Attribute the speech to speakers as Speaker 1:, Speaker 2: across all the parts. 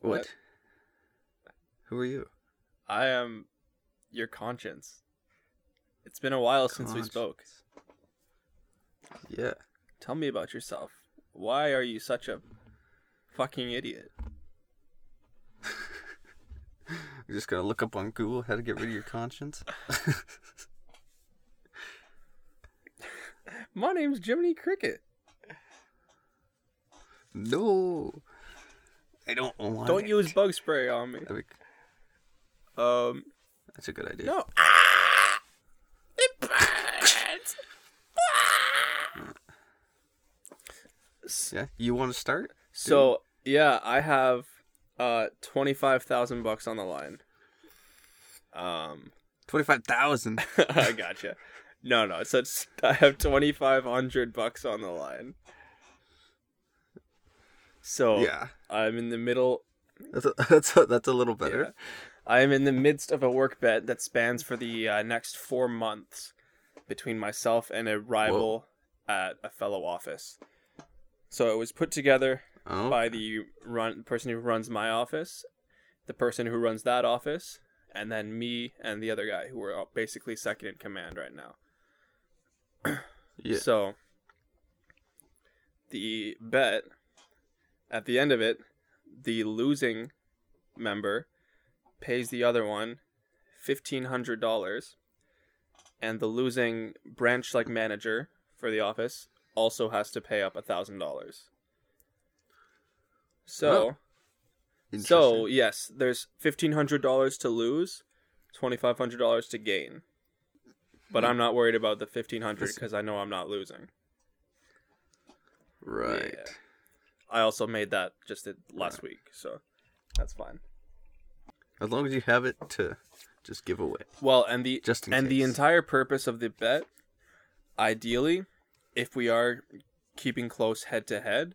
Speaker 1: What? Who are you?
Speaker 2: I am your conscience. It's been a while since we spoke.
Speaker 1: Yeah.
Speaker 2: Tell me about yourself. Why are you such a fucking idiot?
Speaker 1: You're just gonna look up on Google how to get rid of your conscience?
Speaker 2: My name's Jiminy Cricket.
Speaker 1: no. I don't want
Speaker 2: Don't
Speaker 1: it.
Speaker 2: use bug spray on me.
Speaker 1: That'd be-
Speaker 2: Um,
Speaker 1: That's a good idea.
Speaker 2: no. It burns. S-
Speaker 1: Yeah. You want to start?
Speaker 2: So yeah, I have uh twenty five thousand bucks on the line. Um,
Speaker 1: 25,000.
Speaker 2: I gotcha. No, no. So it's, I have twenty five hundred bucks on the line. So
Speaker 1: Yeah.
Speaker 2: I'm in the middle.
Speaker 1: That's a, that's a, that's a little better.
Speaker 2: I am in the midst of a work bet that spans for the uh, next four months between myself and a rival at a fellow office. So it was put together
Speaker 1: Oh.
Speaker 2: by the run person who runs my office, the person who runs that office, and then me and the other guy who are basically second in command right now.
Speaker 1: Yeah.
Speaker 2: So the bet at the end of it, the losing member pays the other one fifteen hundred dollars, and the losing branch like manager for the office also has to pay up a thousand dollars. So so
Speaker 1: Interesting.
Speaker 2: yes, there's fifteen hundred dollars to lose, twenty five hundred dollars to gain. But I'm not worried about the fifteen hundred
Speaker 1: Listen.
Speaker 2: because I know I'm not losing.
Speaker 1: Right.
Speaker 2: Yeah. I also made that just it- last week, so that's fine.
Speaker 1: As long as you have it to just give away.
Speaker 2: Well, and the
Speaker 1: Just in
Speaker 2: and the
Speaker 1: case.
Speaker 2: entire purpose of the bet, ideally, if we are keeping close head to head,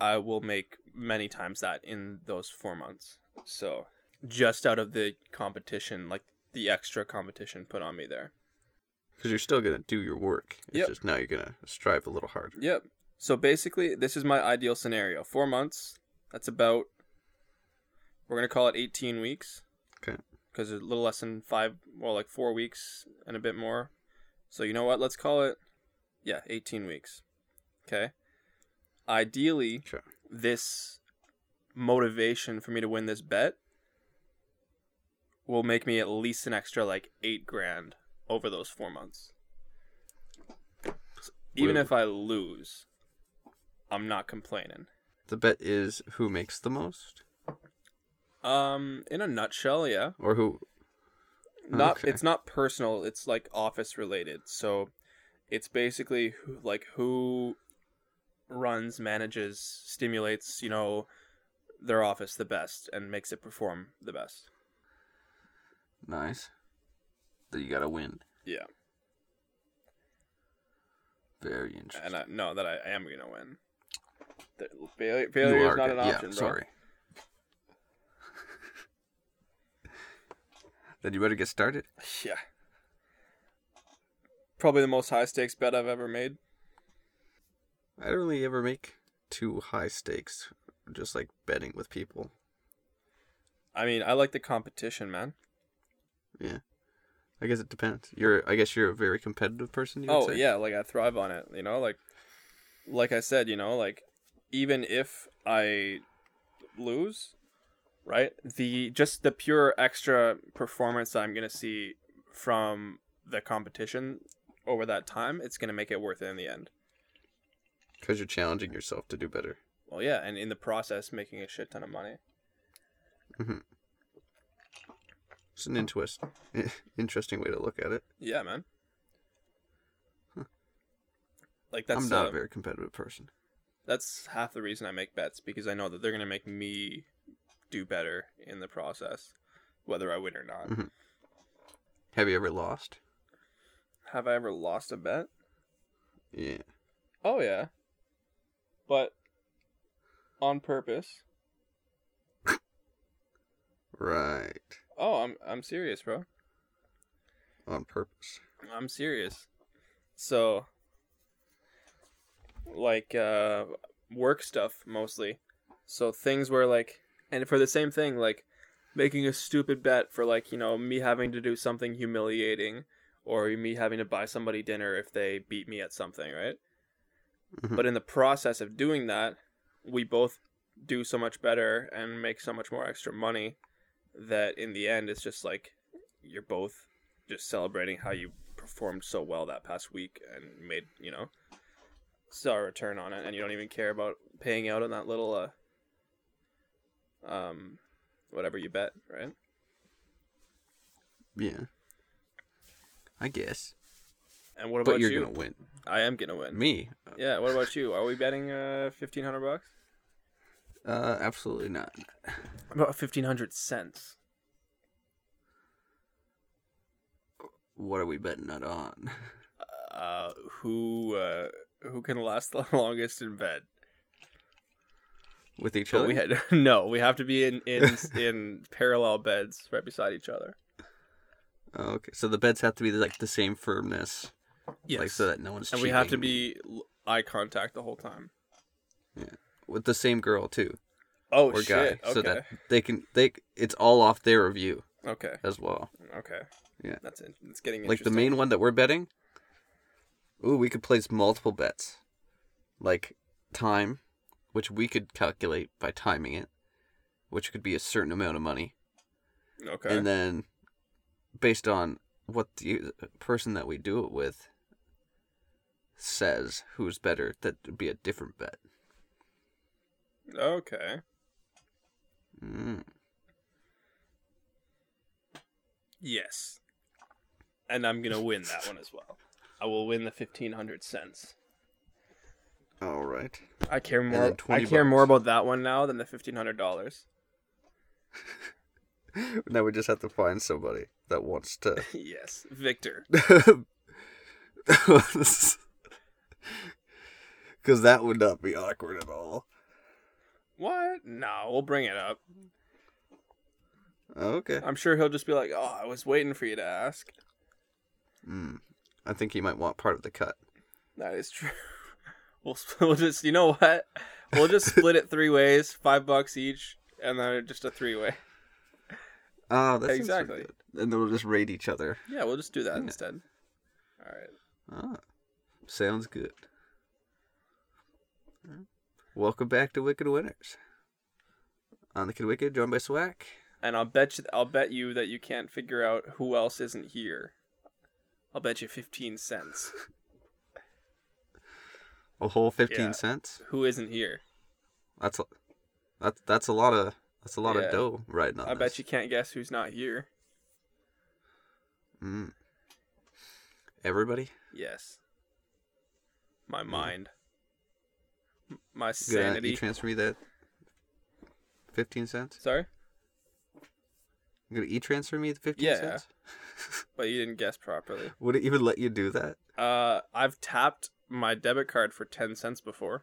Speaker 2: I will make many times that in those four months. So just out of the competition, like the extra competition put on me there.
Speaker 1: Because you're still going to do your work. It's
Speaker 2: Yep.
Speaker 1: just now you're going to strive a little harder.
Speaker 2: Yep. So basically, this is my ideal scenario. Four months. That's about. We're gonna call it eighteen weeks.
Speaker 1: Okay.
Speaker 2: Because a little less than five, well, like four weeks and a bit more. So you know what? Let's call it. Yeah, eighteen weeks. Okay. Ideally,
Speaker 1: Sure.
Speaker 2: this motivation for me to win this bet will make me at least an extra like eight grand over those four months. Even
Speaker 1: Whoa.
Speaker 2: if I lose, I'm not complaining.
Speaker 1: The bet is who makes the most?
Speaker 2: Um, in a nutshell, yeah.
Speaker 1: Or who?
Speaker 2: Not
Speaker 1: Okay.
Speaker 2: it's not personal. It's like office related. So, it's basically who, like who runs, manages, stimulates, you know, their office the best and makes it perform the best.
Speaker 1: Nice. That you got to win.
Speaker 2: Yeah,
Speaker 1: Very interesting.
Speaker 2: and I know that I am gonna win. The- Failure, failure is not an
Speaker 1: good.
Speaker 2: option, bro.
Speaker 1: Sorry. then you better get started.
Speaker 2: Yeah. Probably the most high stakes bet I've ever made.
Speaker 1: I don't really ever make too high stakes, just like betting with people.
Speaker 2: I mean, I like the competition, man.
Speaker 1: I guess it depends. You're, I guess you're a very competitive person. You would
Speaker 2: oh
Speaker 1: say?
Speaker 2: yeah like i thrive on it you know like like i said you know like even if i lose right the just the pure extra performance i'm gonna see from the competition over that time it's gonna make it worth it in the end
Speaker 1: because you're challenging yourself to do better.
Speaker 2: well yeah and in the process making a shit ton of money
Speaker 1: It's an interest, interesting way to look at it.
Speaker 2: yeah man like that's
Speaker 1: I'm not
Speaker 2: uh,
Speaker 1: a very competitive person.
Speaker 2: that's half the reason I make bets because I know that they're gonna make me do better in the process, whether I win or not.
Speaker 1: Mhm. Have you ever lost?
Speaker 2: Have I ever lost a bet?
Speaker 1: Yeah.
Speaker 2: Oh yeah, but on purpose.
Speaker 1: Right.
Speaker 2: Oh, I'm I'm serious, bro.
Speaker 1: On purpose.
Speaker 2: I'm serious. So, like uh, work stuff mostly. So things where like and for the same thing like making a stupid bet for like you know me having to do something humiliating or me having to buy somebody dinner if they beat me at something right
Speaker 1: Mhm.
Speaker 2: but in the process of doing that we both do so much better and make so much more extra money that in the end it's just like you're both just celebrating how you performed so well that past week and made you know saw a return on it and you don't even care about paying out on that little uh um whatever you bet right
Speaker 1: Yeah. I guess.
Speaker 2: and what about
Speaker 1: But you're
Speaker 2: you
Speaker 1: going to win.
Speaker 2: i am gonna win
Speaker 1: Me?
Speaker 2: yeah what about you are we betting uh 1500 bucks
Speaker 1: Uh, absolutely not.
Speaker 2: about 1500 cents
Speaker 1: What are we betting it on?
Speaker 2: uh, who uh, who can last the longest in bed.
Speaker 1: With each
Speaker 2: But
Speaker 1: other?
Speaker 2: we had no, we have to be in in in parallel beds right beside each other.
Speaker 1: oh, okay. So the beds have to be like the same firmness. Like, so that no one's
Speaker 2: and we have to
Speaker 1: cheating.
Speaker 2: be l- eye contact the whole time.
Speaker 1: With the same girl, too.
Speaker 2: Oh
Speaker 1: or guy.
Speaker 2: shit! Okay,
Speaker 1: So that they can, they, it's all off their review
Speaker 2: okay,
Speaker 1: as well.
Speaker 2: okay.
Speaker 1: Yeah.
Speaker 2: that's it. It's getting
Speaker 1: Like the
Speaker 2: interesting.
Speaker 1: main one that we're betting. Ooh, we could place multiple bets. Like time, which we could calculate by timing it, which could be a certain amount of money.
Speaker 2: Okay,
Speaker 1: and then based on what the person that we do it with says who's better that would be a different bet
Speaker 2: okay.
Speaker 1: mm.
Speaker 2: Yes, and I'm gonna win that one as well. I will win the fifteen hundred cents.
Speaker 1: all right
Speaker 2: I care
Speaker 1: then
Speaker 2: more. I
Speaker 1: 20
Speaker 2: care
Speaker 1: bucks.
Speaker 2: more about that one now than the fifteen hundred dollars.
Speaker 1: now we just have to find somebody that wants to
Speaker 2: yes, Victor.
Speaker 1: because that would not be awkward at all
Speaker 2: What? No, we'll bring it up.
Speaker 1: okay
Speaker 2: I'm sure he'll just be like, "Oh, I was waiting for you to ask."
Speaker 1: mm. i think he might want part of the cut
Speaker 2: That is true. We'll sp- we'll just you know what? We'll just split it three ways, five bucks each, and then just a three way.
Speaker 1: oh that's
Speaker 2: Exactly.
Speaker 1: and then we'll just raid each other
Speaker 2: Yeah, we'll just do that
Speaker 1: Yeah.
Speaker 2: instead. All right.
Speaker 1: Ah, sounds good. Welcome back to Wicked Winners. On the Kid Wicked, joined by Swack.
Speaker 2: And I'll bet you, I'll bet you that you can't figure out who else isn't here. I'll bet you fifteen cents
Speaker 1: A whole fifteen
Speaker 2: Yeah.
Speaker 1: cents.
Speaker 2: who isn't here.
Speaker 1: That's a, that, that's a lot of that's a lot
Speaker 2: Yeah.
Speaker 1: of dough riding on.
Speaker 2: I bet
Speaker 1: this.
Speaker 2: you can't guess who's not here.
Speaker 1: Mm. Everybody,
Speaker 2: Yes. My mind. M- My
Speaker 1: gonna you
Speaker 2: sanity.
Speaker 1: transfer me that fifteen cents.
Speaker 2: Sorry.
Speaker 1: You gonna e transfer me the fifteen
Speaker 2: Yeah.
Speaker 1: cents?
Speaker 2: But you didn't guess properly.
Speaker 1: Would it even let you do that?
Speaker 2: Uh, I've tapped my debit card for ten cents before.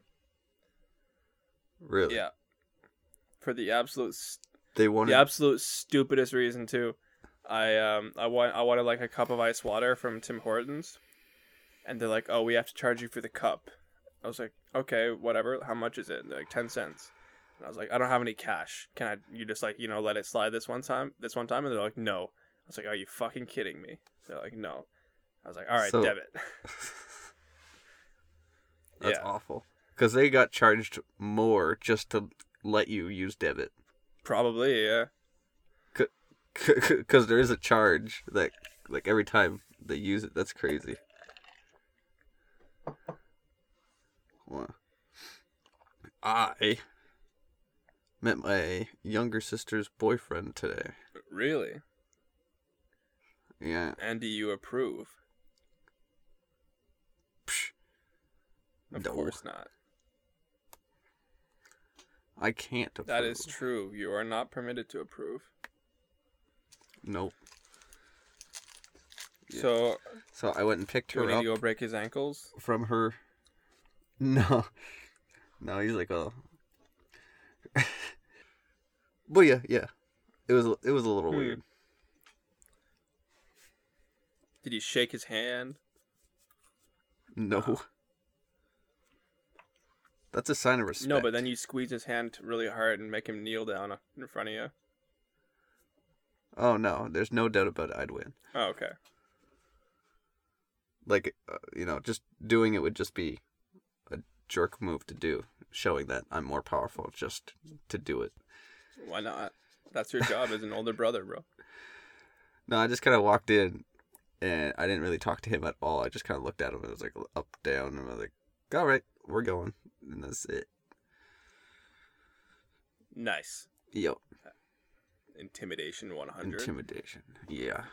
Speaker 1: Really?
Speaker 2: Yeah. For the absolute, st-
Speaker 1: They wanted.
Speaker 2: the absolute stupidest reason too. I um, I want, I wanted like a cup of ice water from Tim Hortons, and they're like, "Oh, we have to charge you for the cup." I was like, "Okay, whatever. How much is it?" And they're like ten cents. And I was like, "I don't have any cash. Can I? You just like you know let it slide this one time, this one time?" And they're like, "No." I was like, "Are you fucking kidding me?" They're like, "No." I was like, "All right,
Speaker 1: So-
Speaker 2: debit."
Speaker 1: That's
Speaker 2: Yeah.
Speaker 1: awful. Because they got charged more just to let you use debit.
Speaker 2: Probably, yeah.
Speaker 1: Because there is a charge that, like, every time they use it, that's crazy. Wow. I met my younger sister's boyfriend today.
Speaker 2: Really?
Speaker 1: Yeah.
Speaker 2: And do you approve?
Speaker 1: Psh.
Speaker 2: Of
Speaker 1: No,
Speaker 2: course not.
Speaker 1: I can't.
Speaker 2: That is
Speaker 1: approve.
Speaker 2: true. You are not permitted to approve.
Speaker 1: Nope. Yeah.
Speaker 2: So,
Speaker 1: So I went and picked
Speaker 2: do we
Speaker 1: her
Speaker 2: need
Speaker 1: up.
Speaker 2: to go break his ankles?
Speaker 1: from her. No, no, he's like oh. but yeah, yeah, it was it was a little
Speaker 2: Hmm.
Speaker 1: weird.
Speaker 2: Did you shake his hand?
Speaker 1: No, That's a sign of respect.
Speaker 2: No, but then you squeeze his hand really hard and make him kneel down in front of you.
Speaker 1: Oh no, there's no doubt about it, I'd win.
Speaker 2: Oh, okay.
Speaker 1: Like, uh, you know, just doing it would just be a jerk move to do, showing that I'm more powerful just to do it.
Speaker 2: Why not? That's your job as an older brother, bro.
Speaker 1: No, I just kind of walked in, and I didn't really talk to him at all. I just kind of looked at him and was like up down, and I was like, "All right, we're going," and that's it.
Speaker 2: Nice.
Speaker 1: Yo,
Speaker 2: Intimidation 100.
Speaker 1: intimidation. Yeah,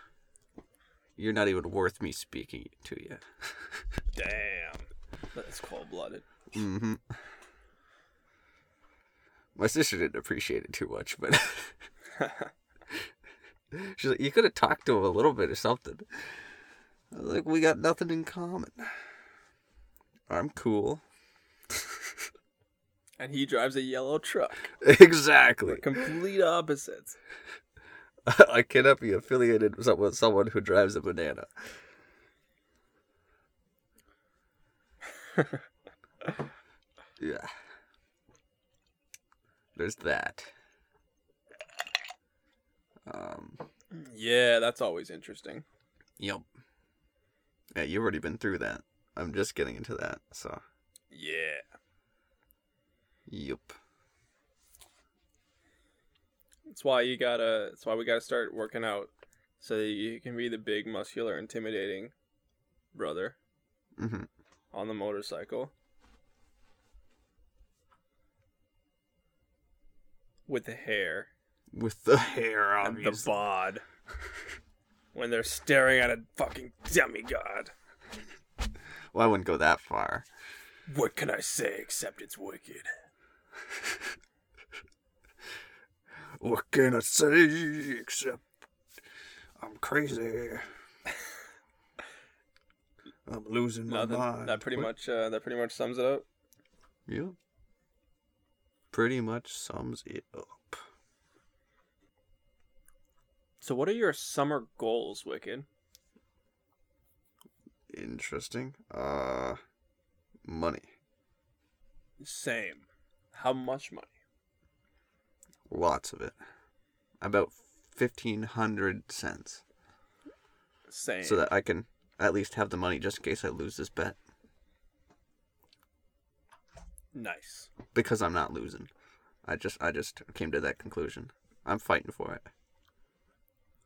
Speaker 1: you're not even worth me speaking to yet.
Speaker 2: Damn. That's cold blooded.
Speaker 1: hmm My sister didn't appreciate it too much, but she's like, "You could have talked to him a little bit or something." I was like, "We got nothing in common. I'm cool."
Speaker 2: and he drives a yellow truck.
Speaker 1: Exactly.
Speaker 2: We're complete opposites.
Speaker 1: I cannot be affiliated with someone, someone who drives a banana. yeah. There's that. Um,
Speaker 2: Yeah, that's always interesting.
Speaker 1: yep. Yeah, you've already been through that. I'm just getting into that, so.
Speaker 2: Yeah.
Speaker 1: Yep.
Speaker 2: That's why you gotta. That's why we gotta start working out, so that you can be the big, muscular, intimidating brother
Speaker 1: hmm
Speaker 2: on the motorcycle with the hair
Speaker 1: With the hair,
Speaker 2: and the
Speaker 1: obviously.
Speaker 2: bod when they're staring at a fucking demigod.
Speaker 1: well, I wouldn't go that far.
Speaker 2: What can I say except it's wicked?
Speaker 1: What can I say except I'm crazy? I'm losing my
Speaker 2: No, that,
Speaker 1: mind.
Speaker 2: that pretty
Speaker 1: What?
Speaker 2: much uh, that pretty much sums it up.
Speaker 1: Yeah. Pretty much sums it up.
Speaker 2: So, what are your summer goals, Wicked?
Speaker 1: Interesting. Uh, money.
Speaker 2: Same. How much money?
Speaker 1: Lots of it. About fifteen hundred cents,
Speaker 2: Same.
Speaker 1: so that I can at least have the money just in case I lose this bet.
Speaker 2: nice.
Speaker 1: Because I'm not losing. I just, I just came to that conclusion. I'm fighting for it.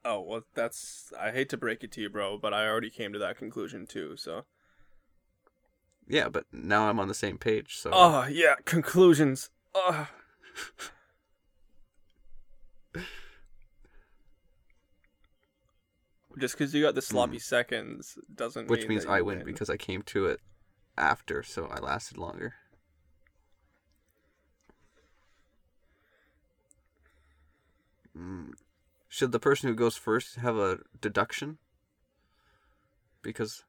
Speaker 2: Oh well, that's I hate to break it to you, bro, but I already came to that conclusion too. So.
Speaker 1: Yeah, but now I'm on the same page. So.
Speaker 2: Oh yeah, conclusions. Oh. Just because you got the sloppy seconds doesn't
Speaker 1: Hmm. Which
Speaker 2: mean
Speaker 1: means
Speaker 2: that you
Speaker 1: I win because I came to it after, so I lasted longer. Mm. Should the person who goes first have a deduction? Because.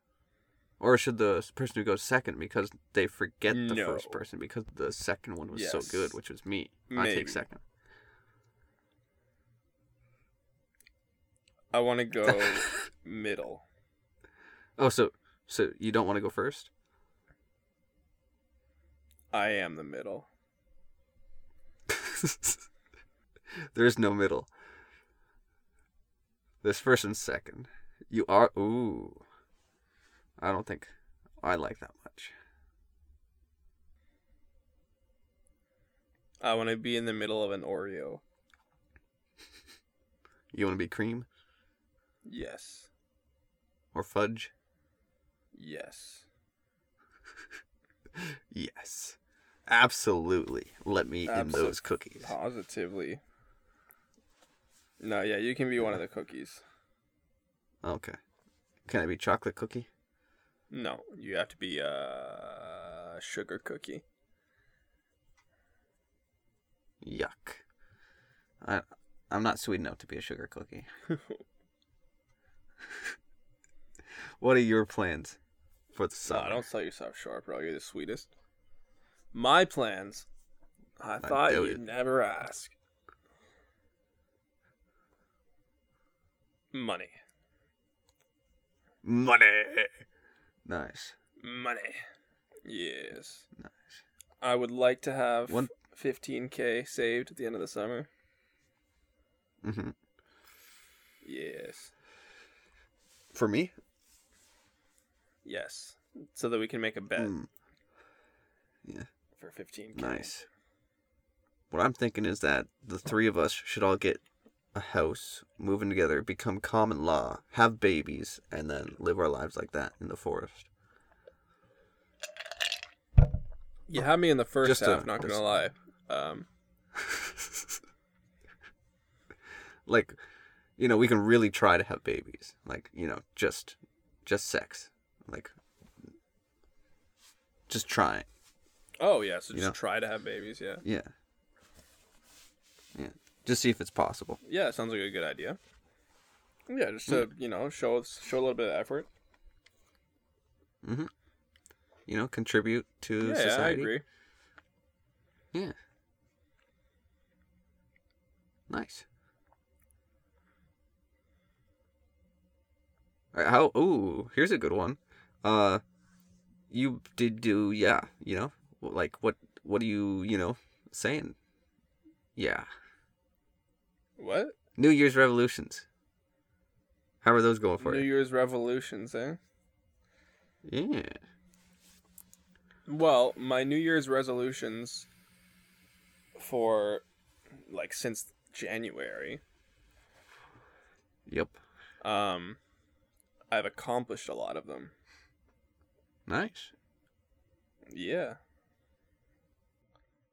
Speaker 1: Or should the s- person who goes second because they forget the
Speaker 2: No.
Speaker 1: first person because the second one was so good,
Speaker 2: Yes.
Speaker 1: which was me. I
Speaker 2: Maybe.
Speaker 1: take second.
Speaker 2: I want to go middle.
Speaker 1: Oh, so so you don't want to go first?
Speaker 2: I am the middle.
Speaker 1: There's no middle. There's first and second. You are ooh. I don't think I like that much.
Speaker 2: I want to be in the middle of an Oreo.
Speaker 1: You want to be cream
Speaker 2: Yes.
Speaker 1: or fudge?
Speaker 2: Yes.
Speaker 1: Yes. Absolutely. Let me in
Speaker 2: Absol-
Speaker 1: those cookies.
Speaker 2: Positively. No, yeah, you can be one of the cookies.
Speaker 1: Okay. Can I be chocolate cookie?
Speaker 2: No, you have to be a sugar cookie.
Speaker 1: Yuck. I I'm not sweet enough to be a sugar cookie. what are your plans for the summer?
Speaker 2: No, don't sell yourself short, bro. You're the sweetest. My plans. I thought
Speaker 1: doubt
Speaker 2: you'd
Speaker 1: it.
Speaker 2: never ask. Money.
Speaker 1: Money. Nice.
Speaker 2: Money. Yes. I would like to have
Speaker 1: One-
Speaker 2: 15k saved at the end of the summer.
Speaker 1: hmm
Speaker 2: Yes.
Speaker 1: For me,
Speaker 2: Yes. So that we can make a bet
Speaker 1: Mm,
Speaker 2: for 15k.
Speaker 1: nice. What I'm thinking is that the three of us should all get a house, move in together, become common law, have babies, and then live our lives like that in the forest.
Speaker 2: You had me in the first
Speaker 1: Just a-
Speaker 2: half, not
Speaker 1: just-
Speaker 2: gonna lie. Um,
Speaker 1: like, you know, we can really try to have babies. Like, you know, just, just sex. Like, just trying.
Speaker 2: oh yeah, so
Speaker 1: You
Speaker 2: just
Speaker 1: know.
Speaker 2: try to have babies, yeah.
Speaker 1: Yeah. Yeah. Just see if it's possible.
Speaker 2: Yeah, sounds like a good idea. Yeah, just to, you know, show show a little bit of effort.
Speaker 1: You know, contribute to
Speaker 2: Yeah, yeah, I
Speaker 1: society.
Speaker 2: agree.
Speaker 1: Yeah. Nice. All right, how? Ooh, here's a good one. Uh, you did do yeah. You know, like what? What are you? You know, saying? Yeah.
Speaker 2: What?
Speaker 1: New Year's revolutions. How are those going for
Speaker 2: New
Speaker 1: you?
Speaker 2: Year's revolutions, eh?
Speaker 1: Yeah.
Speaker 2: Well, my New Year's resolutions for like since January,
Speaker 1: Yep.
Speaker 2: um, I've accomplished a lot of them.
Speaker 1: Nice.
Speaker 2: Yeah.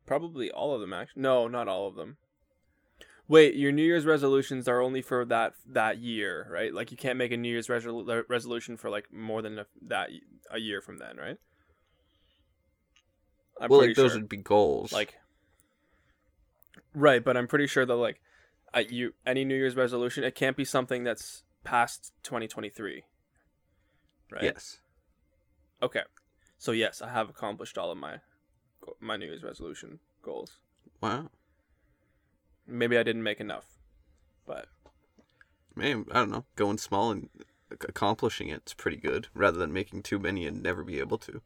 Speaker 2: Probably all of them actually. No, not all of them. Wait, your New Year's resolutions are only for that that year, right? Like you can't make a New Year's resol- resolution for like more than a, that y- a year from then, right? I'm
Speaker 1: well,
Speaker 2: pretty
Speaker 1: like those
Speaker 2: sure.
Speaker 1: would be goals.
Speaker 2: like Right, but I'm pretty sure that like I, you any New Year's resolution, it can't be something that's past 2023. Right?
Speaker 1: yes.
Speaker 2: Okay. So yes, I have accomplished all of my my New Year's resolution goals.
Speaker 1: Wow.
Speaker 2: Maybe I didn't make enough, but
Speaker 1: Man, eh, I don't know. Going small and ac- accomplishing it's pretty good, rather than making too many and never be able to.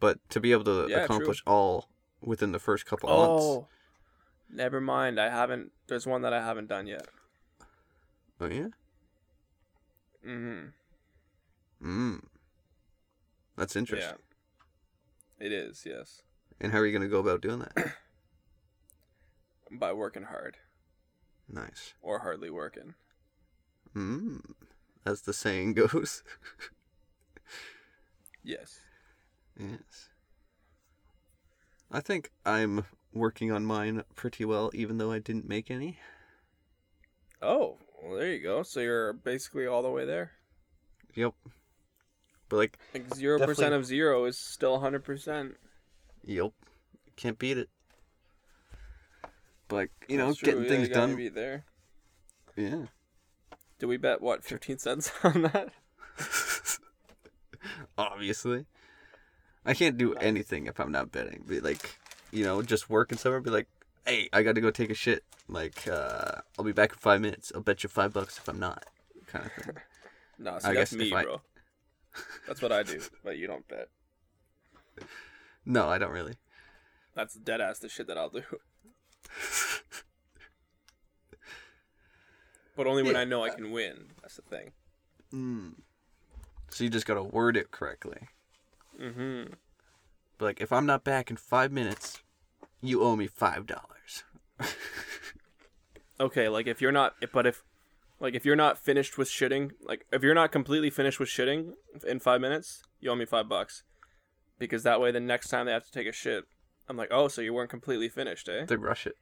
Speaker 1: But to be able to
Speaker 2: Yeah, true.
Speaker 1: accomplish all within the first couple months.
Speaker 2: oh, never mind. I haven't. There's one that I haven't done yet.
Speaker 1: Oh yeah.
Speaker 2: Mm-hmm.
Speaker 1: Mm. That's interesting.
Speaker 2: Yeah. It is yes.
Speaker 1: And how are you going to go about doing that?
Speaker 2: By working hard
Speaker 1: nice.
Speaker 2: or hardly working.
Speaker 1: Mm. As the saying goes.
Speaker 2: Yes.
Speaker 1: yes. I think I'm working on mine pretty well, even though I didn't make any.
Speaker 2: Oh, well, there you go. So you're basically all the way there.
Speaker 1: Yep. But like,
Speaker 2: Like zero percent
Speaker 1: Definitely.
Speaker 2: of zero is still hundred percent.
Speaker 1: Yep. Can't beat it. But like, you know,
Speaker 2: That's true.
Speaker 1: getting
Speaker 2: Yeah,
Speaker 1: things
Speaker 2: you gotta
Speaker 1: done.
Speaker 2: Be there.
Speaker 1: Yeah.
Speaker 2: Do we bet what fifteen cents on that?
Speaker 1: Obviously. I can't do anything if I'm not betting. Be like, you know, just working somewhere, be like, hey, I gotta go take a shit. Like, uh, I'll be back in five minutes. I'll bet you five bucks if I'm not. Kind of thing.
Speaker 2: No, see,
Speaker 1: I
Speaker 2: that's
Speaker 1: guess
Speaker 2: me,
Speaker 1: if I-
Speaker 2: bro. That's what I do, but you don't bet.
Speaker 1: No, I don't really.
Speaker 2: That's dead ass the shit that I'll do. but only when
Speaker 1: Yeah.
Speaker 2: I know I can win. That's the thing.
Speaker 1: Mm. So you just gotta word it correctly.
Speaker 2: Mm-hmm.
Speaker 1: Be like, if I'm not back in five minutes, you owe me five dollars.
Speaker 2: Okay, like if you're not, but if, like if you're not finished with shitting, like if you're not completely finished with shitting in five minutes, you owe me five bucks, because that way the next time they have to take a shit, I'm like, oh, so you weren't completely finished, eh?
Speaker 1: They rush it.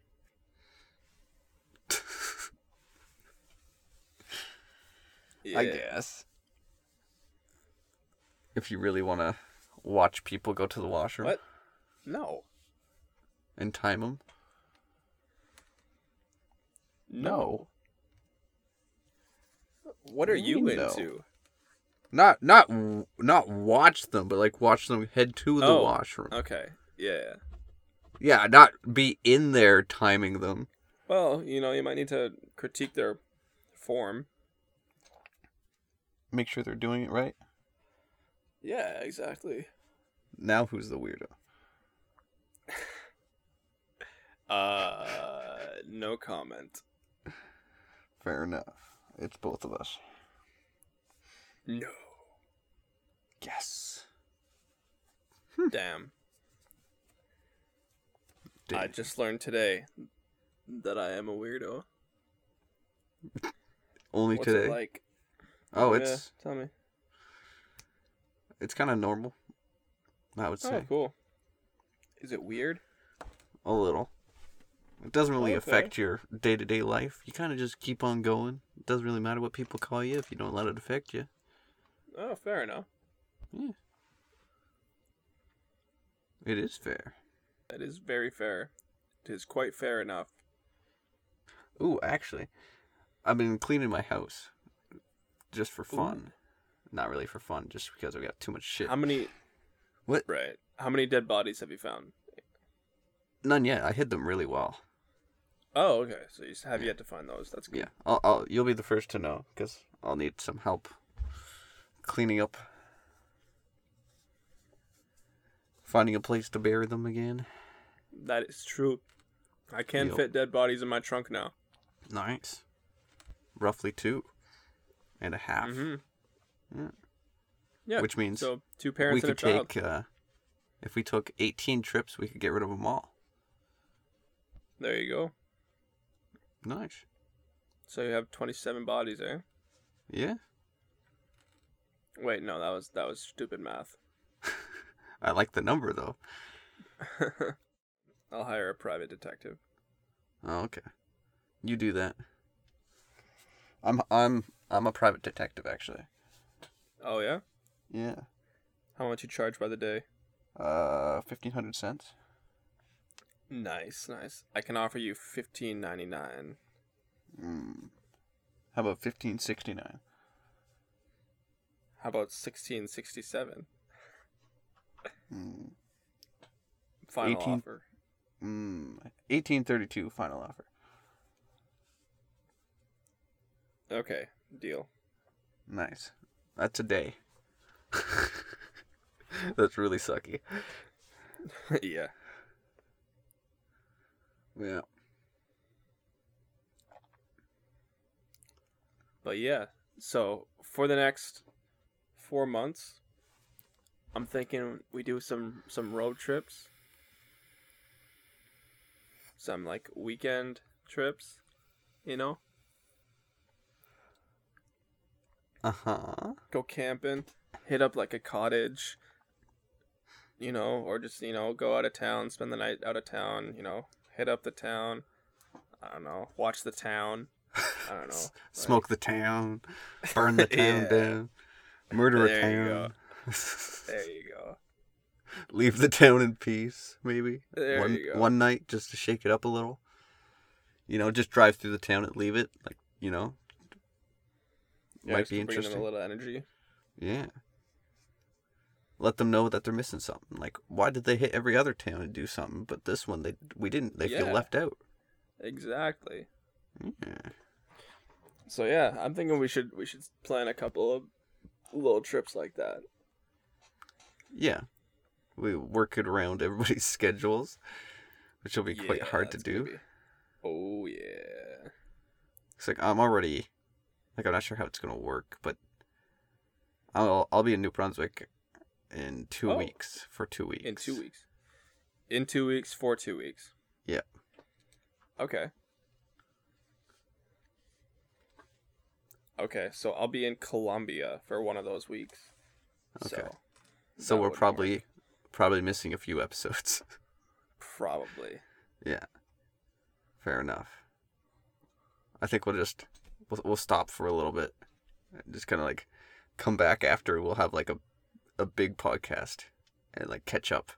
Speaker 2: Yeah.
Speaker 1: I guess. If you really want to watch people go to the washroom
Speaker 2: What? No.
Speaker 1: and time them. No.
Speaker 2: What are
Speaker 1: What do
Speaker 2: you
Speaker 1: you mean,
Speaker 2: into?
Speaker 1: Not not w- not watch them, but like watch them head to the
Speaker 2: Oh.
Speaker 1: washroom.
Speaker 2: Okay. Yeah.
Speaker 1: Yeah, not be in there timing them.
Speaker 2: Well, you know, you might need to critique their form.
Speaker 1: Make sure they're doing it right.
Speaker 2: Yeah, exactly.
Speaker 1: Now who's the weirdo?
Speaker 2: Uh, no comment.
Speaker 1: Fair enough. It's both of us.
Speaker 2: No.
Speaker 1: Yes.
Speaker 2: Damn.
Speaker 1: Dude,
Speaker 2: I just learned today that I am a weirdo.
Speaker 1: Only
Speaker 2: What's
Speaker 1: today.
Speaker 2: it like?
Speaker 1: Oh,
Speaker 2: Yeah,
Speaker 1: it's
Speaker 2: tell me.
Speaker 1: it's kind of normal. I would
Speaker 2: Oh,
Speaker 1: say
Speaker 2: cool. Is it weird?
Speaker 1: a little. It doesn't really
Speaker 2: Okay.
Speaker 1: affect your day to day life. You kind of just keep on going. It doesn't really matter what people call you if you don't let it affect you.
Speaker 2: Oh, fair enough.
Speaker 1: It is fair.
Speaker 2: That is very fair. It is quite fair enough.
Speaker 1: Ooh, actually, I've been cleaning my house just for
Speaker 2: Ooh.
Speaker 1: fun. Not really for fun, just because I got too much shit.
Speaker 2: How many?
Speaker 1: What?
Speaker 2: Right. How many dead bodies have you found?
Speaker 1: None yet. I hid them really well.
Speaker 2: Oh, okay. So you have yet to find those. That's good.
Speaker 1: Yeah, I'll, I'll you'll be the first to know because I'll need some help cleaning up, finding a place to bury them again.
Speaker 2: That is true. I can
Speaker 1: Yep.
Speaker 2: fit dead bodies in my trunk now.
Speaker 1: Nice, roughly two and a half,
Speaker 2: hmm
Speaker 1: Yeah.
Speaker 2: Yeah.
Speaker 1: which means
Speaker 2: so two
Speaker 1: we
Speaker 2: parents and a
Speaker 1: could
Speaker 2: child.
Speaker 1: take uh, if we took eighteen trips, we could get rid of them all.
Speaker 2: There you go.
Speaker 1: Nice,
Speaker 2: So you have twenty-seven bodies, eh?
Speaker 1: yeah,
Speaker 2: Wait, no, that was that was stupid math.
Speaker 1: I like the number though.
Speaker 2: I'll hire a private detective.
Speaker 1: Oh, okay, you do that. I'm I'm I'm a private detective actually.
Speaker 2: Oh yeah.
Speaker 1: Yeah,
Speaker 2: How much you charge by the day?
Speaker 1: uh, fifteen hundred cents.
Speaker 2: Nice, nice. I can offer you fifteen ninety nine.
Speaker 1: Mm. How about fifteen sixty nine?
Speaker 2: How about sixteen sixty seven?
Speaker 1: Mm.
Speaker 2: Final
Speaker 1: 18.
Speaker 2: offer.
Speaker 1: Mm. Eighteen thirty two final offer.
Speaker 2: Okay, deal.
Speaker 1: Nice. That's a day. That's really sucky.
Speaker 2: yeah.
Speaker 1: Yeah.
Speaker 2: But yeah, so for the next four months, I'm thinking we do some some road trips, some like weekend trips, you know,
Speaker 1: Uh huh.
Speaker 2: go camping, hit up like a cottage, you know, or just you know go out of town, spend the night out of town, you know, hit up the town. I don't know, watch the town. I don't know.
Speaker 1: Smoke the town, burn the town
Speaker 2: Yeah.
Speaker 1: down, murder a
Speaker 2: There you go.
Speaker 1: town,
Speaker 2: There you go.
Speaker 1: leave the town in peace. Maybe
Speaker 2: There
Speaker 1: one
Speaker 2: you go.
Speaker 1: one night just to shake it up a little. You know, just drive through the town and leave it. Like you know,
Speaker 2: Yeah,
Speaker 1: Might
Speaker 2: just
Speaker 1: be
Speaker 2: to bring them
Speaker 1: interesting.
Speaker 2: A little energy.
Speaker 1: Yeah. Let them know that they're missing something. Like, why did they hit every other town and do something, but this one they we didn't? They
Speaker 2: Yeah.
Speaker 1: feel left out.
Speaker 2: Exactly.
Speaker 1: Yeah.
Speaker 2: So yeah, I'm thinking we should we should plan a couple of little trips like that.
Speaker 1: yeah. We work it around everybody's schedules, which will be quite
Speaker 2: Yeah,
Speaker 1: hard to
Speaker 2: that's gonna
Speaker 1: do.
Speaker 2: be- Oh yeah.
Speaker 1: It's like I'm already, like I'm not sure how it's gonna work, but I'll I'll be in New Brunswick in two
Speaker 2: Oh.
Speaker 1: weeks for two weeks.
Speaker 2: In two weeks. In two weeks for two weeks.
Speaker 1: Yeah.
Speaker 2: Okay. Okay, so I'll be in Colombia for one of those weeks.
Speaker 1: Okay.
Speaker 2: So
Speaker 1: So
Speaker 2: that
Speaker 1: we're
Speaker 2: would
Speaker 1: probably
Speaker 2: work.
Speaker 1: probably missing a few episodes.
Speaker 2: probably
Speaker 1: Yeah. Fair enough. I think we'll just we'll, we'll stop for a little bit. and Just kind of like come back after we'll have like a a big podcast and like catch up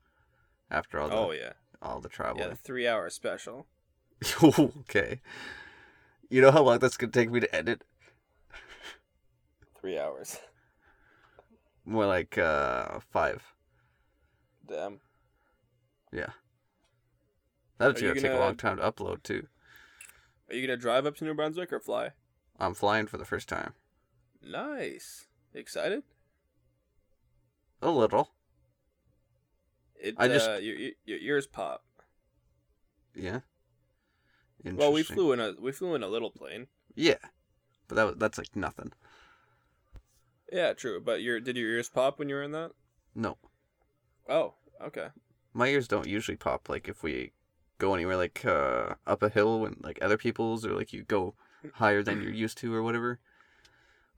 Speaker 1: after all the
Speaker 2: Oh yeah.
Speaker 1: all the
Speaker 2: Yeah, the
Speaker 1: traveling.
Speaker 2: 3-hour special.
Speaker 1: okay. You know how long that's going to take me to edit?
Speaker 2: 3 hours.
Speaker 1: More like uh 5.
Speaker 2: Damn.
Speaker 1: That's
Speaker 2: Are you
Speaker 1: going to take a
Speaker 2: gonna-
Speaker 1: long time to upload too.
Speaker 2: Are you going to drive up to New Brunswick or fly?
Speaker 1: I'm flying for the first time.
Speaker 2: Nice. Excited?
Speaker 1: A little.
Speaker 2: It,
Speaker 1: I
Speaker 2: uh,
Speaker 1: just-
Speaker 2: your, your your ears pop.
Speaker 1: Yeah.
Speaker 2: Well, we
Speaker 1: Interesting.
Speaker 2: flew in a we flew in a little plane.
Speaker 1: Yeah, but that was, that's like nothing.
Speaker 2: Yeah, true. But your did your ears pop when you were in that?
Speaker 1: No,
Speaker 2: Oh, okay.
Speaker 1: my ears don't usually pop. Like if we go anywhere, like uh, up a hill, when like other people's, or like you go higher than you're used to, or whatever.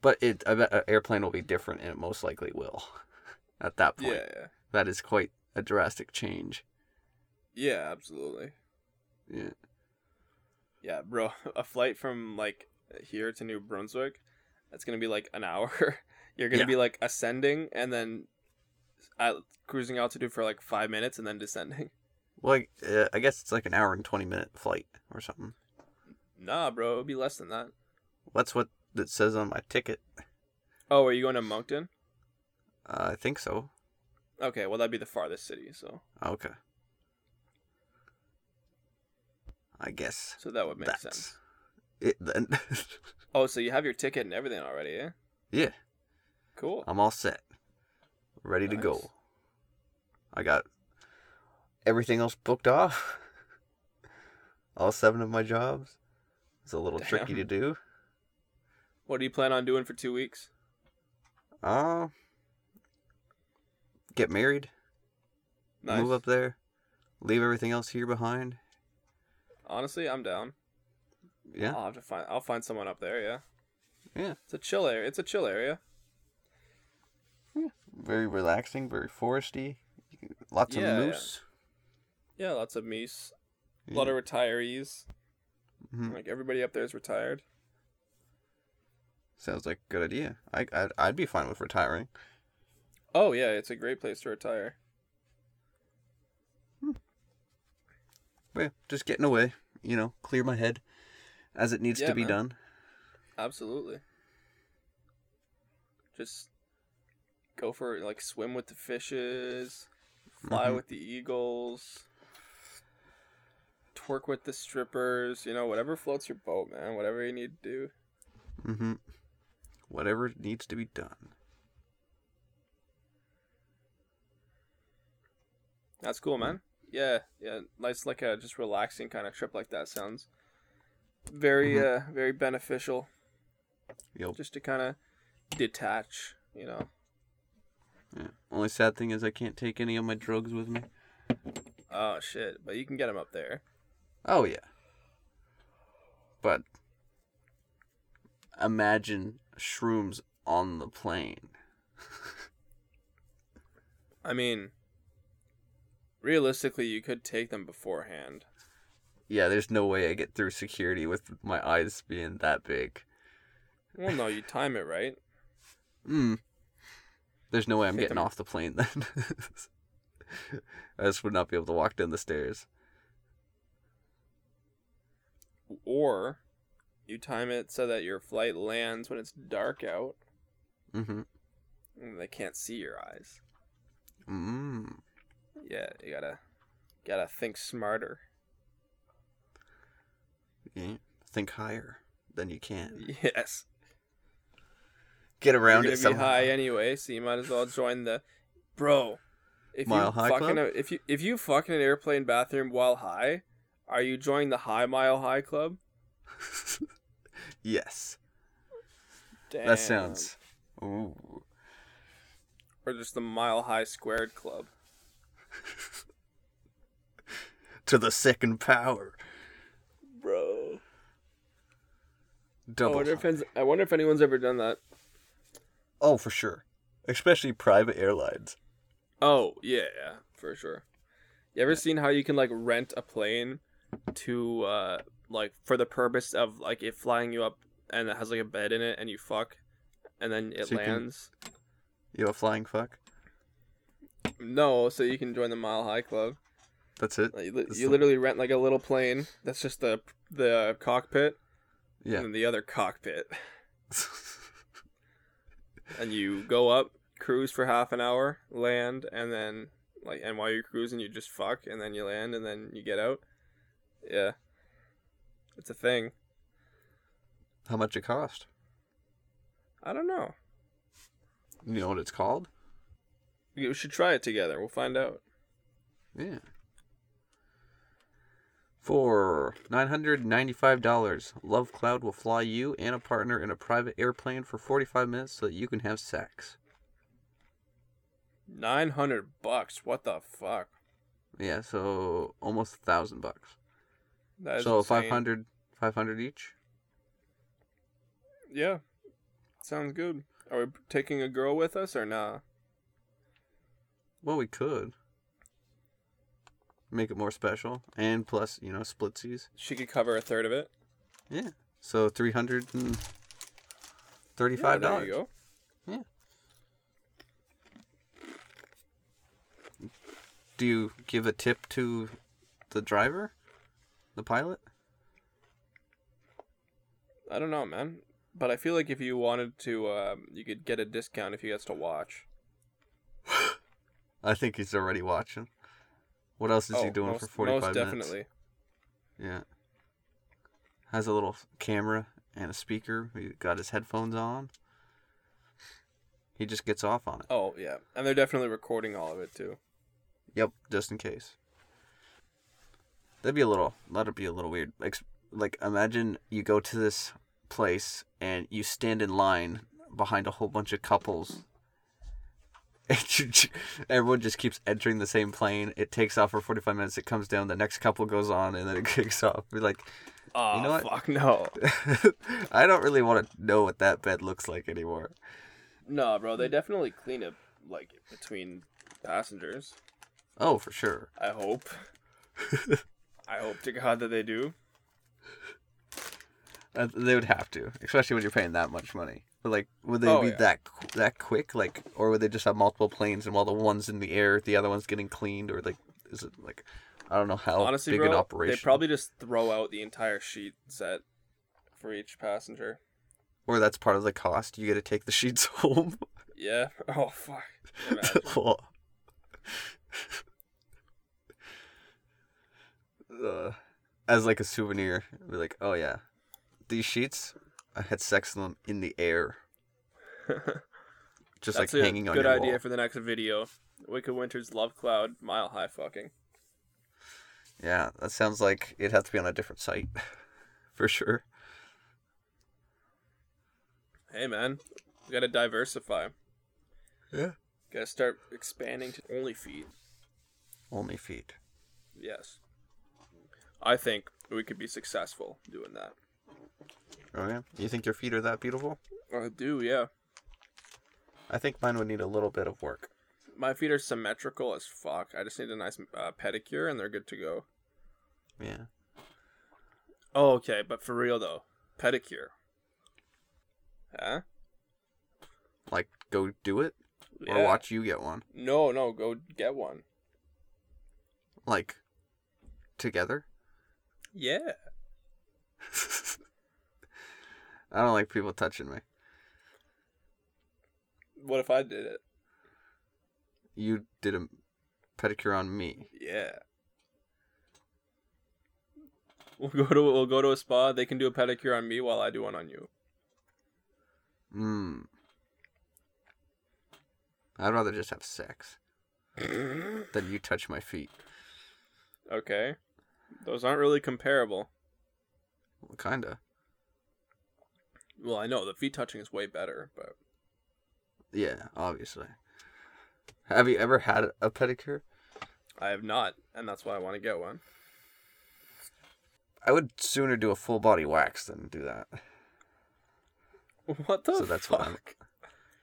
Speaker 1: But it, I bet an airplane will be different, and it most likely will. At that point,
Speaker 2: Yeah, yeah,
Speaker 1: that is quite a drastic change.
Speaker 2: yeah, absolutely.
Speaker 1: Yeah.
Speaker 2: Yeah, bro, a flight from like here to New Brunswick, that's gonna be like an hour. You're gonna
Speaker 1: Yeah.
Speaker 2: be like ascending and then at cruising altitude for like five minutes and then descending.
Speaker 1: Well, like, uh, I guess it's like an hour and twenty minute flight or something.
Speaker 2: Nah, bro, it would be less than that.
Speaker 1: That's what it says on my ticket.
Speaker 2: Oh, are you going to Moncton?
Speaker 1: Uh, I think so.
Speaker 2: Okay, well that'd be the farthest city, so
Speaker 1: Okay. I guess.
Speaker 2: so that would make
Speaker 1: that's
Speaker 2: sense.
Speaker 1: it. Then
Speaker 2: Oh, so you have your ticket and everything already, eh?
Speaker 1: Yeah.
Speaker 2: Cool.
Speaker 1: I'm all set, ready to
Speaker 2: Nice.
Speaker 1: go. I got everything else booked off. All seven of my jobs. It's a little tricky to
Speaker 2: Damn.
Speaker 1: do.
Speaker 2: What do you plan on doing for two weeks?
Speaker 1: Um, get married,
Speaker 2: Nice.
Speaker 1: move up there, leave everything else here behind.
Speaker 2: Honestly, I'm down.
Speaker 1: Yeah.
Speaker 2: I'll have to find. I'll find someone up there. Yeah.
Speaker 1: Yeah.
Speaker 2: It's a chill area. It's a chill area.
Speaker 1: Very relaxing, very foresty. Lots
Speaker 2: Yeah, yeah.
Speaker 1: of moose.
Speaker 2: Yeah, lots of meese. A lot
Speaker 1: Yeah.
Speaker 2: of retirees.
Speaker 1: Mhm.
Speaker 2: Like everybody up there is retired.
Speaker 1: Sounds like a good idea. I I'd, I'd be fine with retiring.
Speaker 2: Oh yeah, it's a great place to retire.
Speaker 1: But yeah, just getting away, you know, clear my head as it needs
Speaker 2: Yeah,
Speaker 1: to be
Speaker 2: man.
Speaker 1: done.
Speaker 2: Absolutely. Just go for like swim with the fishes, fly
Speaker 1: Mhm.
Speaker 2: with the eagles, twerk with the strippers. You know, whatever floats your boat, man. Whatever you need to do.
Speaker 1: Mm-hmm. Whatever needs to be done.
Speaker 2: That's cool, man. Yeah, yeah. Nice, like a just relaxing kind of trip like that sounds very, uh, very beneficial.
Speaker 1: Yo,
Speaker 2: Just to kind of detach, you know.
Speaker 1: yeah. Only sad thing is I can't take any of my drugs with me.
Speaker 2: Oh shit! But you can get them up there.
Speaker 1: Oh yeah. But imagine shrooms on the plane.
Speaker 2: I mean, realistically, you could take them beforehand.
Speaker 1: Yeah, there's no way I get through security with my eyes being that big.
Speaker 2: Well, no, you time it right.
Speaker 1: Mm. There's no way I'm
Speaker 2: Take
Speaker 1: getting
Speaker 2: them-
Speaker 1: off the plane then. I just would not be able to walk down the stairs.
Speaker 2: Or you time it so that your flight lands when it's dark out
Speaker 1: Mm-hmm.
Speaker 2: and they can't see your eyes.
Speaker 1: Mm.
Speaker 2: Yeah, you gotta, gotta think smarter.
Speaker 1: Yeah. Think higher than you can.
Speaker 2: Yes.
Speaker 1: Get
Speaker 2: You're
Speaker 1: around
Speaker 2: gonna
Speaker 1: it
Speaker 2: be
Speaker 1: somehow.
Speaker 2: high anyway, so you might as well join the bro. If
Speaker 1: Mile
Speaker 2: you
Speaker 1: High
Speaker 2: fucking
Speaker 1: Club?
Speaker 2: if you if you fuck in an airplane bathroom while high, are you joining the high mile high club?
Speaker 1: yes.
Speaker 2: Damn.
Speaker 1: That sounds. Ooh.
Speaker 2: or just the mile high squared club.
Speaker 1: To the second power.
Speaker 2: Bro. I
Speaker 1: Double.
Speaker 2: wonder if
Speaker 1: high.
Speaker 2: anyone's- I wonder if anyone's ever done that.
Speaker 1: Oh, for sure. Especially private airlines.
Speaker 2: Oh, yeah, yeah, for sure. You ever seen how you can like rent a plane to uh like for the purpose of like it flying you up and it has like a bed in it and you fuck and then it
Speaker 1: So you can-
Speaker 2: lands?
Speaker 1: You a flying fuck?
Speaker 2: No, so you can join the Mile High Club.
Speaker 1: That's it?
Speaker 2: Like, you, li-
Speaker 1: It's
Speaker 2: you
Speaker 1: like-
Speaker 2: literally rent like a little plane that's just the the cockpit
Speaker 1: Yeah.
Speaker 2: and then the other cockpit, and you go up, cruise for half an hour, land, and then like and while you're cruising, you just fuck, and then you land, and then you get out. Yeah, it's a thing.
Speaker 1: How much it cost?
Speaker 2: I don't know.
Speaker 1: You know what it's called?
Speaker 2: We should try it together. We'll find out.
Speaker 1: Yeah. For $995, Love Cloud will fly you and a partner in a private airplane for 45 minutes so that you can have sex.
Speaker 2: Nine hundred bucks. What the fuck?
Speaker 1: Yeah, so almost a thousand bucks.
Speaker 2: That is
Speaker 1: So
Speaker 2: insane.
Speaker 1: 500, 500 each.
Speaker 2: Yeah, sounds good. Are we taking a girl with us or nah?
Speaker 1: Well, we could make it more special, and plus, you know, splitsies.
Speaker 2: She could cover a third of it.
Speaker 1: Yeah, so three hundred and
Speaker 2: Yeah,
Speaker 1: thirty-five
Speaker 2: there
Speaker 1: dollars.
Speaker 2: you go.
Speaker 1: Do you give a tip to the driver, the pilot?
Speaker 2: I don't know, man. But I feel like if you wanted to, um, you could get a discount if you gets to watch.
Speaker 1: I think he's already watching. What else is he
Speaker 2: Oh,
Speaker 1: doing
Speaker 2: most-
Speaker 1: for forty-five
Speaker 2: Most
Speaker 1: minutes?
Speaker 2: definitely.
Speaker 1: Yeah. Has a little camera and a speaker. He got his headphones on. He just gets off on it.
Speaker 2: Oh yeah, and they're definitely recording all of it too.
Speaker 1: Yep, just in case. That'd be a little. That'd be a little weird. Like, like imagine you go to this place and you stand in line behind a whole bunch of couples. And you ju- everyone just keeps entering the same plane. It takes off for forty-five minutes. It comes down. The next couple goes on, and then it kicks off. Be like,
Speaker 2: Oh
Speaker 1: know what?
Speaker 2: fuck no,
Speaker 1: I don't really want to know what that bed looks like anymore.
Speaker 2: no, bro. They definitely clean up like between passengers.
Speaker 1: Oh, for sure.
Speaker 2: I hope. I hope to God that they do.
Speaker 1: Uh, they would have to, especially when you're paying that much money. But like, would they
Speaker 2: Oh,
Speaker 1: be
Speaker 2: yeah.
Speaker 1: that qu- that quick? Like, or would they just have multiple planes and while the one's in the air, the other one's getting cleaned? Or like, is it like, I don't know how
Speaker 2: Honestly,
Speaker 1: Oh, big
Speaker 2: bro,
Speaker 1: an operation.
Speaker 2: they probably just throw out the entire sheet set for each passenger.
Speaker 1: or that's part of the cost. You get to take the sheets home.
Speaker 2: Yeah. Oh fuck. Imagine.
Speaker 1: uh, as like a souvenir, be like, oh yeah, these sheets, I had sex in them in the air, just
Speaker 2: That's
Speaker 1: like
Speaker 2: a
Speaker 1: hanging on
Speaker 2: good
Speaker 1: your
Speaker 2: idea
Speaker 1: wall.
Speaker 2: for the next video. Wicked Winter's Love Cloud Mile High fucking.
Speaker 1: Yeah, that sounds like it has to be on a different site, for sure.
Speaker 2: Hey man, we gotta diversify.
Speaker 1: Yeah.
Speaker 2: Gotta start expanding to only feet.
Speaker 1: Only feet.
Speaker 2: Yes. I think we could be successful doing that.
Speaker 1: Oh yeah. You think your feet are that beautiful?
Speaker 2: I do, yeah.
Speaker 1: I think mine would need a little bit of work.
Speaker 2: My feet are symmetrical as fuck. I just need a nice uh, pedicure and they're good to go.
Speaker 1: Yeah.
Speaker 2: Oh, okay, but for real though, pedicure. Huh?
Speaker 1: Like go do it or
Speaker 2: Yeah.
Speaker 1: watch you get one.
Speaker 2: No, no, go get one.
Speaker 1: Like together.
Speaker 2: Yeah.
Speaker 1: I don't like people touching me.
Speaker 2: What if I did it?
Speaker 1: You did a pedicure on me.
Speaker 2: Yeah. We'll go to we'll go to a spa. They can do a pedicure on me while I do one on you.
Speaker 1: Mm. I'd rather just have sex than you touch my feet.
Speaker 2: okay. Those aren't really comparable.
Speaker 1: Well, kinda.
Speaker 2: Well, I know the feet touching is way better, but
Speaker 1: Yeah, obviously. Have you ever had a pedicure?
Speaker 2: I have not, and that's why I want to get one.
Speaker 1: I would sooner do a full body wax than do that.
Speaker 2: What the?
Speaker 1: So that's what I'm-
Speaker 2: fuck?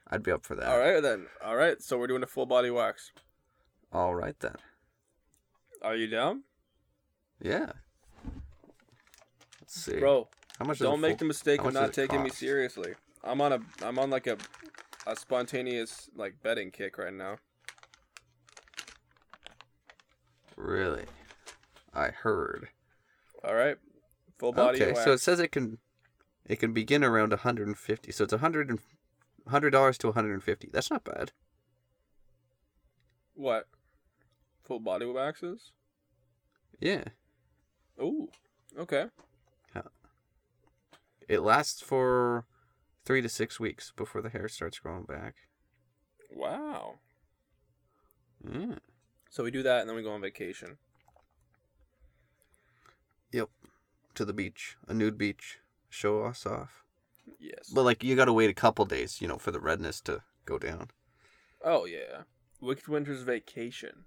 Speaker 1: I'd be up for that.
Speaker 2: All right then. All right. So we're doing a full body wax.
Speaker 1: All right then.
Speaker 2: Are you down,
Speaker 1: Yeah. Let's see.
Speaker 2: bro?
Speaker 1: how much?
Speaker 2: Don't make the mistake
Speaker 1: how
Speaker 2: of
Speaker 1: much
Speaker 2: not
Speaker 1: does it
Speaker 2: taking me
Speaker 1: cost?
Speaker 2: seriously. I'm on a I'm on like a a spontaneous like betting kick right now.
Speaker 1: the really. I heard.
Speaker 2: All right, full body.
Speaker 1: okay,
Speaker 2: wax.
Speaker 1: so it says it can, it can begin around 150. So it's 100 and, 100 dollars to 150. That's not bad.
Speaker 2: What? Full body waxes?
Speaker 1: Yeah.
Speaker 2: Ooh. Okay.
Speaker 1: It lasts for three to six weeks before the hair starts growing back.
Speaker 2: Wow.
Speaker 1: Mm. Hmm.
Speaker 2: So we do that and then we go on vacation.
Speaker 1: to the beach, a nude beach, show us off.
Speaker 2: Yes.
Speaker 1: But like you got to wait a couple days, you know, for the redness to go down.
Speaker 2: oh yeah. Wicked Winter's Vacation.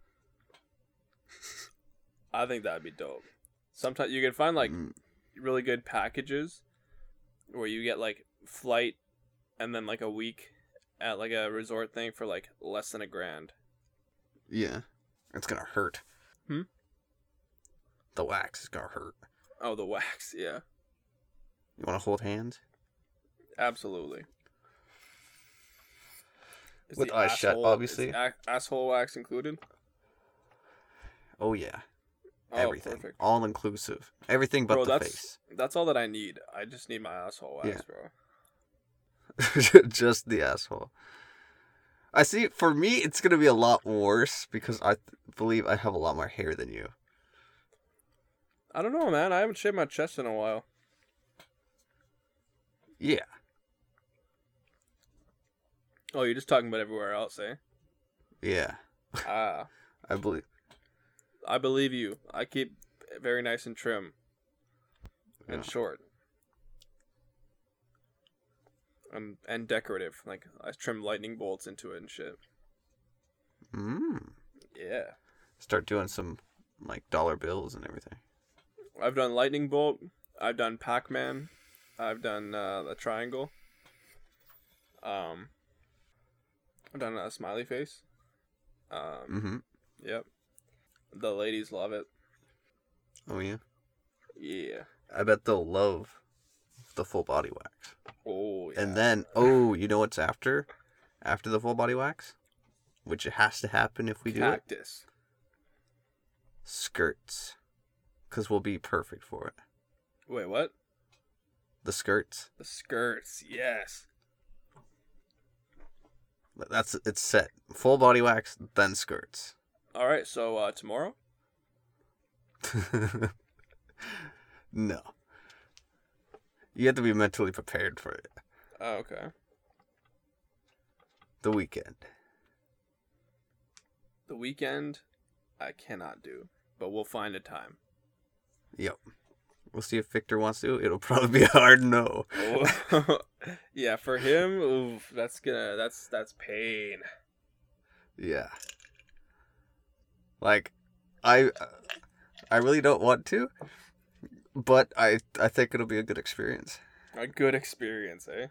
Speaker 2: I think that'd be dope. Sometimes you can find like
Speaker 1: Mm,
Speaker 2: really good packages where you get like flight and then like a week at like a resort thing for like less than a grand.
Speaker 1: yeah, it's gonna hurt.
Speaker 2: Hmm?
Speaker 1: The wax is gonna hurt.
Speaker 2: Oh, the wax, yeah.
Speaker 1: You want to hold hands
Speaker 2: Absolutely. Is
Speaker 1: With
Speaker 2: the
Speaker 1: eyes shut,
Speaker 2: asshole- is
Speaker 1: obviously.
Speaker 2: the a- asshole wax included.
Speaker 1: Oh yeah,
Speaker 2: Oh,
Speaker 1: everything,
Speaker 2: perfect.
Speaker 1: all inclusive, everything but
Speaker 2: Bro,
Speaker 1: the
Speaker 2: that's-
Speaker 1: face.
Speaker 2: That's all that I need. I just need my asshole wax,
Speaker 1: Yeah.
Speaker 2: bro.
Speaker 1: just the asshole. I see. For me, it's gonna be a lot worse because I th- believe I have a lot more hair than you.
Speaker 2: I don't know, man. I haven't shaved my chest in a while.
Speaker 1: Yeah,
Speaker 2: Oh, you're just talking about everywhere else, eh?
Speaker 1: yeah.
Speaker 2: Ah,
Speaker 1: I believe.
Speaker 2: I believe you. I keep very nice and trim and
Speaker 1: Yeah.
Speaker 2: short. And and decorative. Like I trim lightning bolts into it and shit.
Speaker 1: Mm.
Speaker 2: Yeah.
Speaker 1: Start doing some like dollar bills and everything.
Speaker 2: I've done lightning bolt, I've done Pac-Man, I've done uh, the triangle. Um I've done a smiley face. Um
Speaker 1: Mm-hmm.
Speaker 2: yep. The ladies love it.
Speaker 1: Oh yeah.
Speaker 2: Yeah.
Speaker 1: I bet they'll love the full body wax.
Speaker 2: Oh yeah.
Speaker 1: And then, oh, you know what's after? After the full body wax, which it has to happen if we do it.
Speaker 2: cactus.
Speaker 1: Skirts, because we'll be perfect for it.
Speaker 2: Wait, what?
Speaker 1: The skirts.
Speaker 2: The skirts, yes.
Speaker 1: That's it's set. Full body wax, then skirts.
Speaker 2: All right, so uh, tomorrow.
Speaker 1: no. You have to be mentally prepared for it.
Speaker 2: Oh, okay.
Speaker 1: The weekend.
Speaker 2: The weekend, I cannot do, but we'll find a time.
Speaker 1: Yep. We'll see if Victor wants to. It'll probably be a hard no.
Speaker 2: Oh, yeah, for him, oof, that's gonna that's that's pain.
Speaker 1: Yeah. Like, I, I really don't want to, but I I think it'll be a good experience.
Speaker 2: A good experience, eh?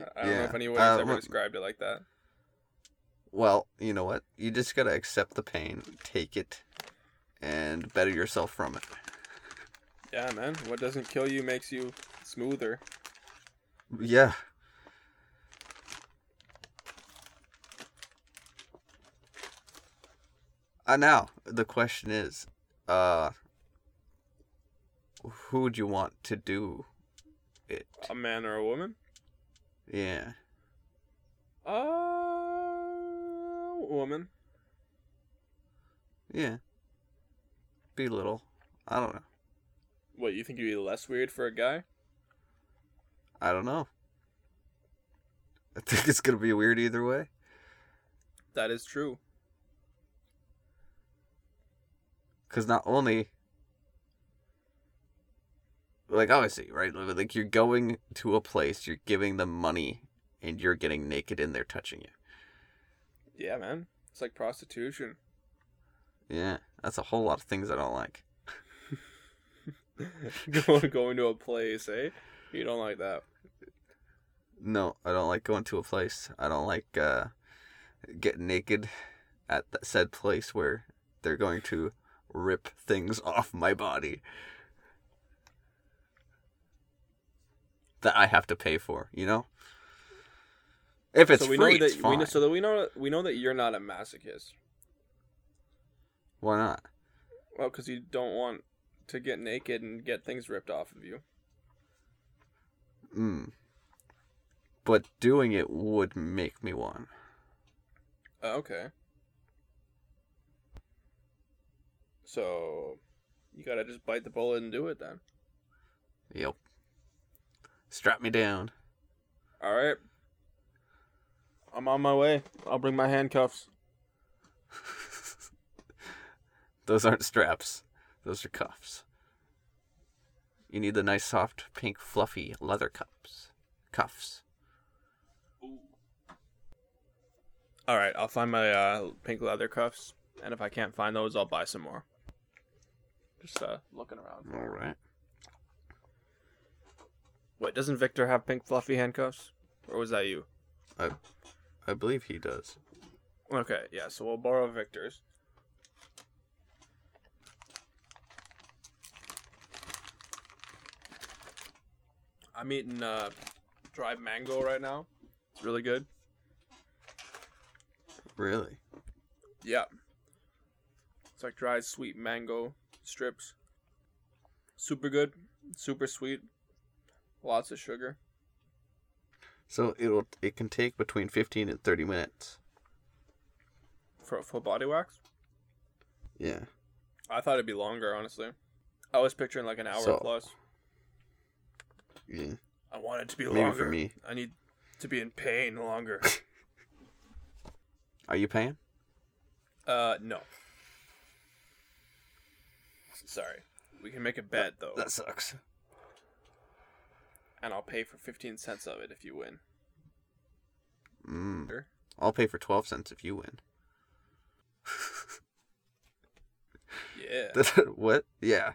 Speaker 2: I- I don't know
Speaker 1: Yeah.
Speaker 2: if anyone's
Speaker 1: Uh,
Speaker 2: ever
Speaker 1: what-
Speaker 2: described it like that.
Speaker 1: Well, you know what? You just gotta accept the pain, take it, and better yourself from it.
Speaker 2: Yeah, man. What doesn't kill you makes you smoother.
Speaker 1: Yeah. Uh, now the question is, uh, who would you want to do it?
Speaker 2: A man or a woman?
Speaker 1: Yeah,
Speaker 2: Uh, woman.
Speaker 1: yeah. Be little. I don't know.
Speaker 2: What you think you'd be less weird for a guy?
Speaker 1: I don't know. I think it's gonna be weird either way.
Speaker 2: That is true.
Speaker 1: because not only like obviously right like you're going to a place you're giving them money and you're getting naked and they're touching you
Speaker 2: Yeah, man. It's like prostitution.
Speaker 1: yeah that's a whole lot of things i don't like
Speaker 2: going going to a place, eh? You don't like that.
Speaker 1: no i don't like going to a place i don't like uh getting naked at that said place where they're going to rip things off my body that i have to pay for you know if it's
Speaker 2: so we
Speaker 1: free
Speaker 2: know that
Speaker 1: it's fine.
Speaker 2: we know, so that we know we know that you're not a masochist.
Speaker 1: why not
Speaker 2: Well, because you don't want to get naked and get things ripped off of you.
Speaker 1: Mm. But doing it would make me one.
Speaker 2: Oh, okay. So you gotta just bite the bullet and do it then.
Speaker 1: Yep. Strap me down.
Speaker 2: All right. I'm on my way. I'll bring my handcuffs.
Speaker 1: Those aren't straps. Those are cuffs. You need the nice, soft, pink, fluffy leather cups, cuffs.
Speaker 2: All right, I'll find my uh, pink leather cuffs, and if I can't find those, I'll buy some more. Just uh, looking around.
Speaker 1: All right.
Speaker 2: Wait, doesn't Victor have pink fluffy handcuffs, or was that you?
Speaker 1: I believe he does.
Speaker 2: Okay, yeah. So we'll borrow Victor's. I'm eating uh, dried mango right now. It's really good.
Speaker 1: Really?
Speaker 2: Yeah. It's like dried sweet mango strips. Super good, super sweet, lots of sugar.
Speaker 1: So it'll it can take between fifteen and thirty minutes.
Speaker 2: For for body wax,
Speaker 1: Yeah.
Speaker 2: I thought it'd be longer, honestly. I was picturing like an hour
Speaker 1: So-
Speaker 2: plus.
Speaker 1: Yeah.
Speaker 2: I want it to be
Speaker 1: Maybe for
Speaker 2: longer.
Speaker 1: me.
Speaker 2: I need to be in pain longer.
Speaker 1: Are you paying?
Speaker 2: uh, no. Sorry. We can make a bet though,
Speaker 1: That sucks.
Speaker 2: and I'll pay for fifteen cents of it if you win.
Speaker 1: Mm.
Speaker 2: Sure.
Speaker 1: I'll pay for twelve cents if you win.
Speaker 2: Yeah.
Speaker 1: what? Yeah.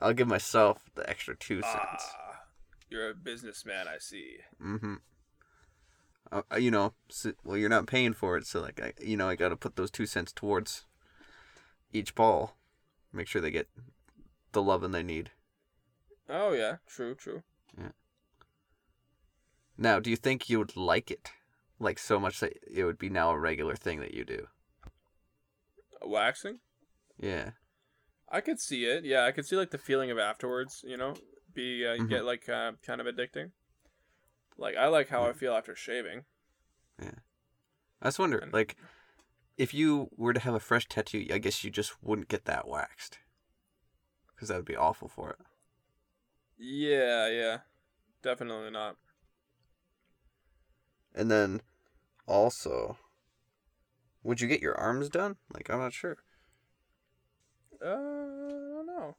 Speaker 1: I'll give myself the extra two cents.
Speaker 2: Ah, you're a businessman, I see.
Speaker 1: Mm-hmm. Uh, you know, so, well, you're not paying for it, so like, I, you know, I got to put those two cents towards each ball. Make sure they get the loving they need.
Speaker 2: Oh yeah, true, true.
Speaker 1: Now, do you think you would like it, like so much that it would be now a regular thing that you do?
Speaker 2: Uh, Waxing?
Speaker 1: Yeah.
Speaker 2: I could see it. Yeah, I could see like the feeling of afterwards. You know, be uh,
Speaker 1: Mhm.
Speaker 2: get like uh, kind of addicting. Like I like how I feel after shaving.
Speaker 1: I just wonder,
Speaker 2: And-
Speaker 1: like, if you were to have a fresh tattoo, I guess you just wouldn't get that waxed, because that would be awful for it.
Speaker 2: Yeah, yeah, definitely not.
Speaker 1: And then also, would you get your arms done? Like, I'm not sure.
Speaker 2: Uh, I don't know.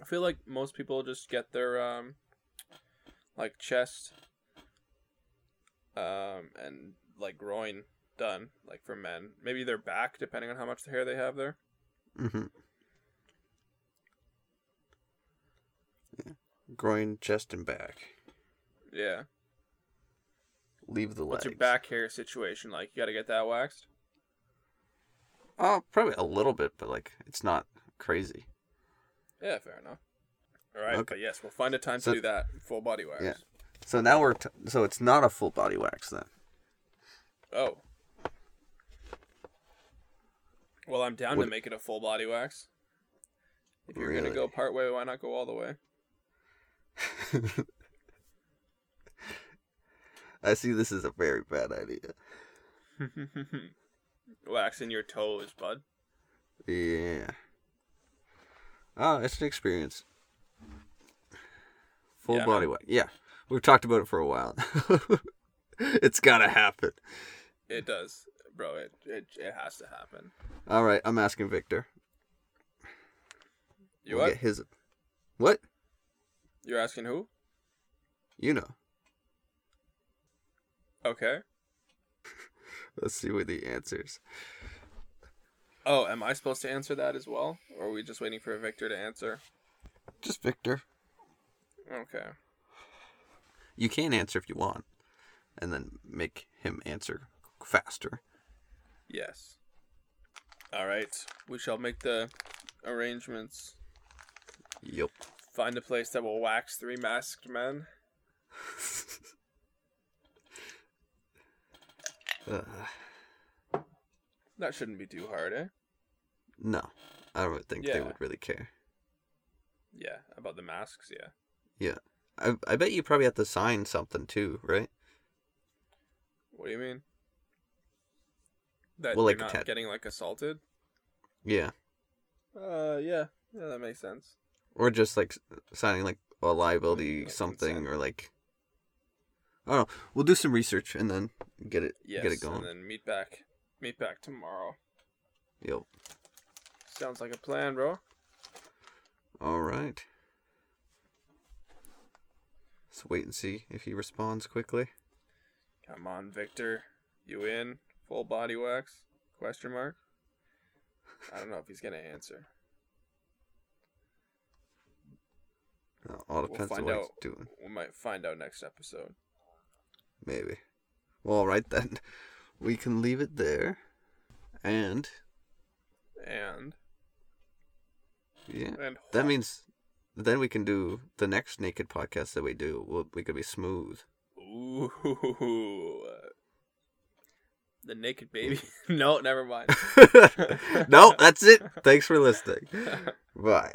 Speaker 2: I feel like most people just get their um, like chest, um, and like groin done. Like for men, maybe their back, depending on how much hair they have there.
Speaker 1: Mm-hmm. Groin, chest, and back.
Speaker 2: Yeah.
Speaker 1: Leave the legs.
Speaker 2: What's your back hair situation like? You got to get that waxed.
Speaker 1: Oh, probably a little bit, but like it's not crazy.
Speaker 2: Yeah, fair enough. All right,
Speaker 1: Okay.
Speaker 2: but yes, we'll find a time
Speaker 1: So-
Speaker 2: to do that full body wax.
Speaker 1: Yeah. So now we're t- so it's not a full body wax then.
Speaker 2: Oh. Well, I'm down
Speaker 1: Would-
Speaker 2: to make it a full body wax. If you're gonna
Speaker 1: Really?
Speaker 2: go part way, why not go all the way?
Speaker 1: I see this is a very bad idea.
Speaker 2: Waxing your toes, bud.
Speaker 1: Yeah. Oh, it's an experience. Full
Speaker 2: Yeah,
Speaker 1: body wax. Yeah. We've talked about it for a while. it's gotta happen.
Speaker 2: It does, bro. It it, it has to happen.
Speaker 1: All right, I'm asking Victor.
Speaker 2: You
Speaker 1: We'll
Speaker 2: what?
Speaker 1: get his. What?
Speaker 2: You're asking who?
Speaker 1: You know.
Speaker 2: Okay.
Speaker 1: Let's see what the answers.
Speaker 2: Oh, am I supposed to answer that as well, or are we just waiting for Victor to answer?
Speaker 1: Just Victor.
Speaker 2: Okay.
Speaker 1: You can answer if you want, and then make him answer faster.
Speaker 2: Yes. All right. We shall make the arrangements.
Speaker 1: Yup.
Speaker 2: Find a place that will wax three masked men.
Speaker 1: Uh,
Speaker 2: That shouldn't be too hard, eh?
Speaker 1: no, I don't think they
Speaker 2: Yeah.
Speaker 1: would really care.
Speaker 2: Yeah, about the masks, yeah.
Speaker 1: I I bet you probably have to sign something too, right?
Speaker 2: What do you mean? That
Speaker 1: Well,
Speaker 2: you're
Speaker 1: like a
Speaker 2: not
Speaker 1: tat-
Speaker 2: getting like assaulted?
Speaker 1: Yeah.
Speaker 2: Uh, yeah, yeah, that makes sense.
Speaker 1: Or just like s- signing like a liability
Speaker 2: Like
Speaker 1: something
Speaker 2: consent.
Speaker 1: or like. I don't know. We'll do some research and then get it
Speaker 2: Yes,
Speaker 1: get it going.
Speaker 2: and then meet back, meet back tomorrow.
Speaker 1: Yup.
Speaker 2: Sounds like a plan, bro.
Speaker 1: All right. Let's wait and see if he responds quickly.
Speaker 2: Come on, Victor. You in? Full body wax? Question mark. I don't know if he's gonna answer.
Speaker 1: Uh, all depends on
Speaker 2: find
Speaker 1: what
Speaker 2: out.
Speaker 1: he's doing.
Speaker 2: We might find out next episode.
Speaker 1: Maybe. Well, all right then. We can leave it there. And
Speaker 2: And
Speaker 1: yeah,
Speaker 2: and
Speaker 1: that means then we can do the next naked podcast that we do. We'll, we could be smooth.
Speaker 2: ooh, the naked baby. no, never mind.
Speaker 1: no, that's it. Thanks for listening. Bye.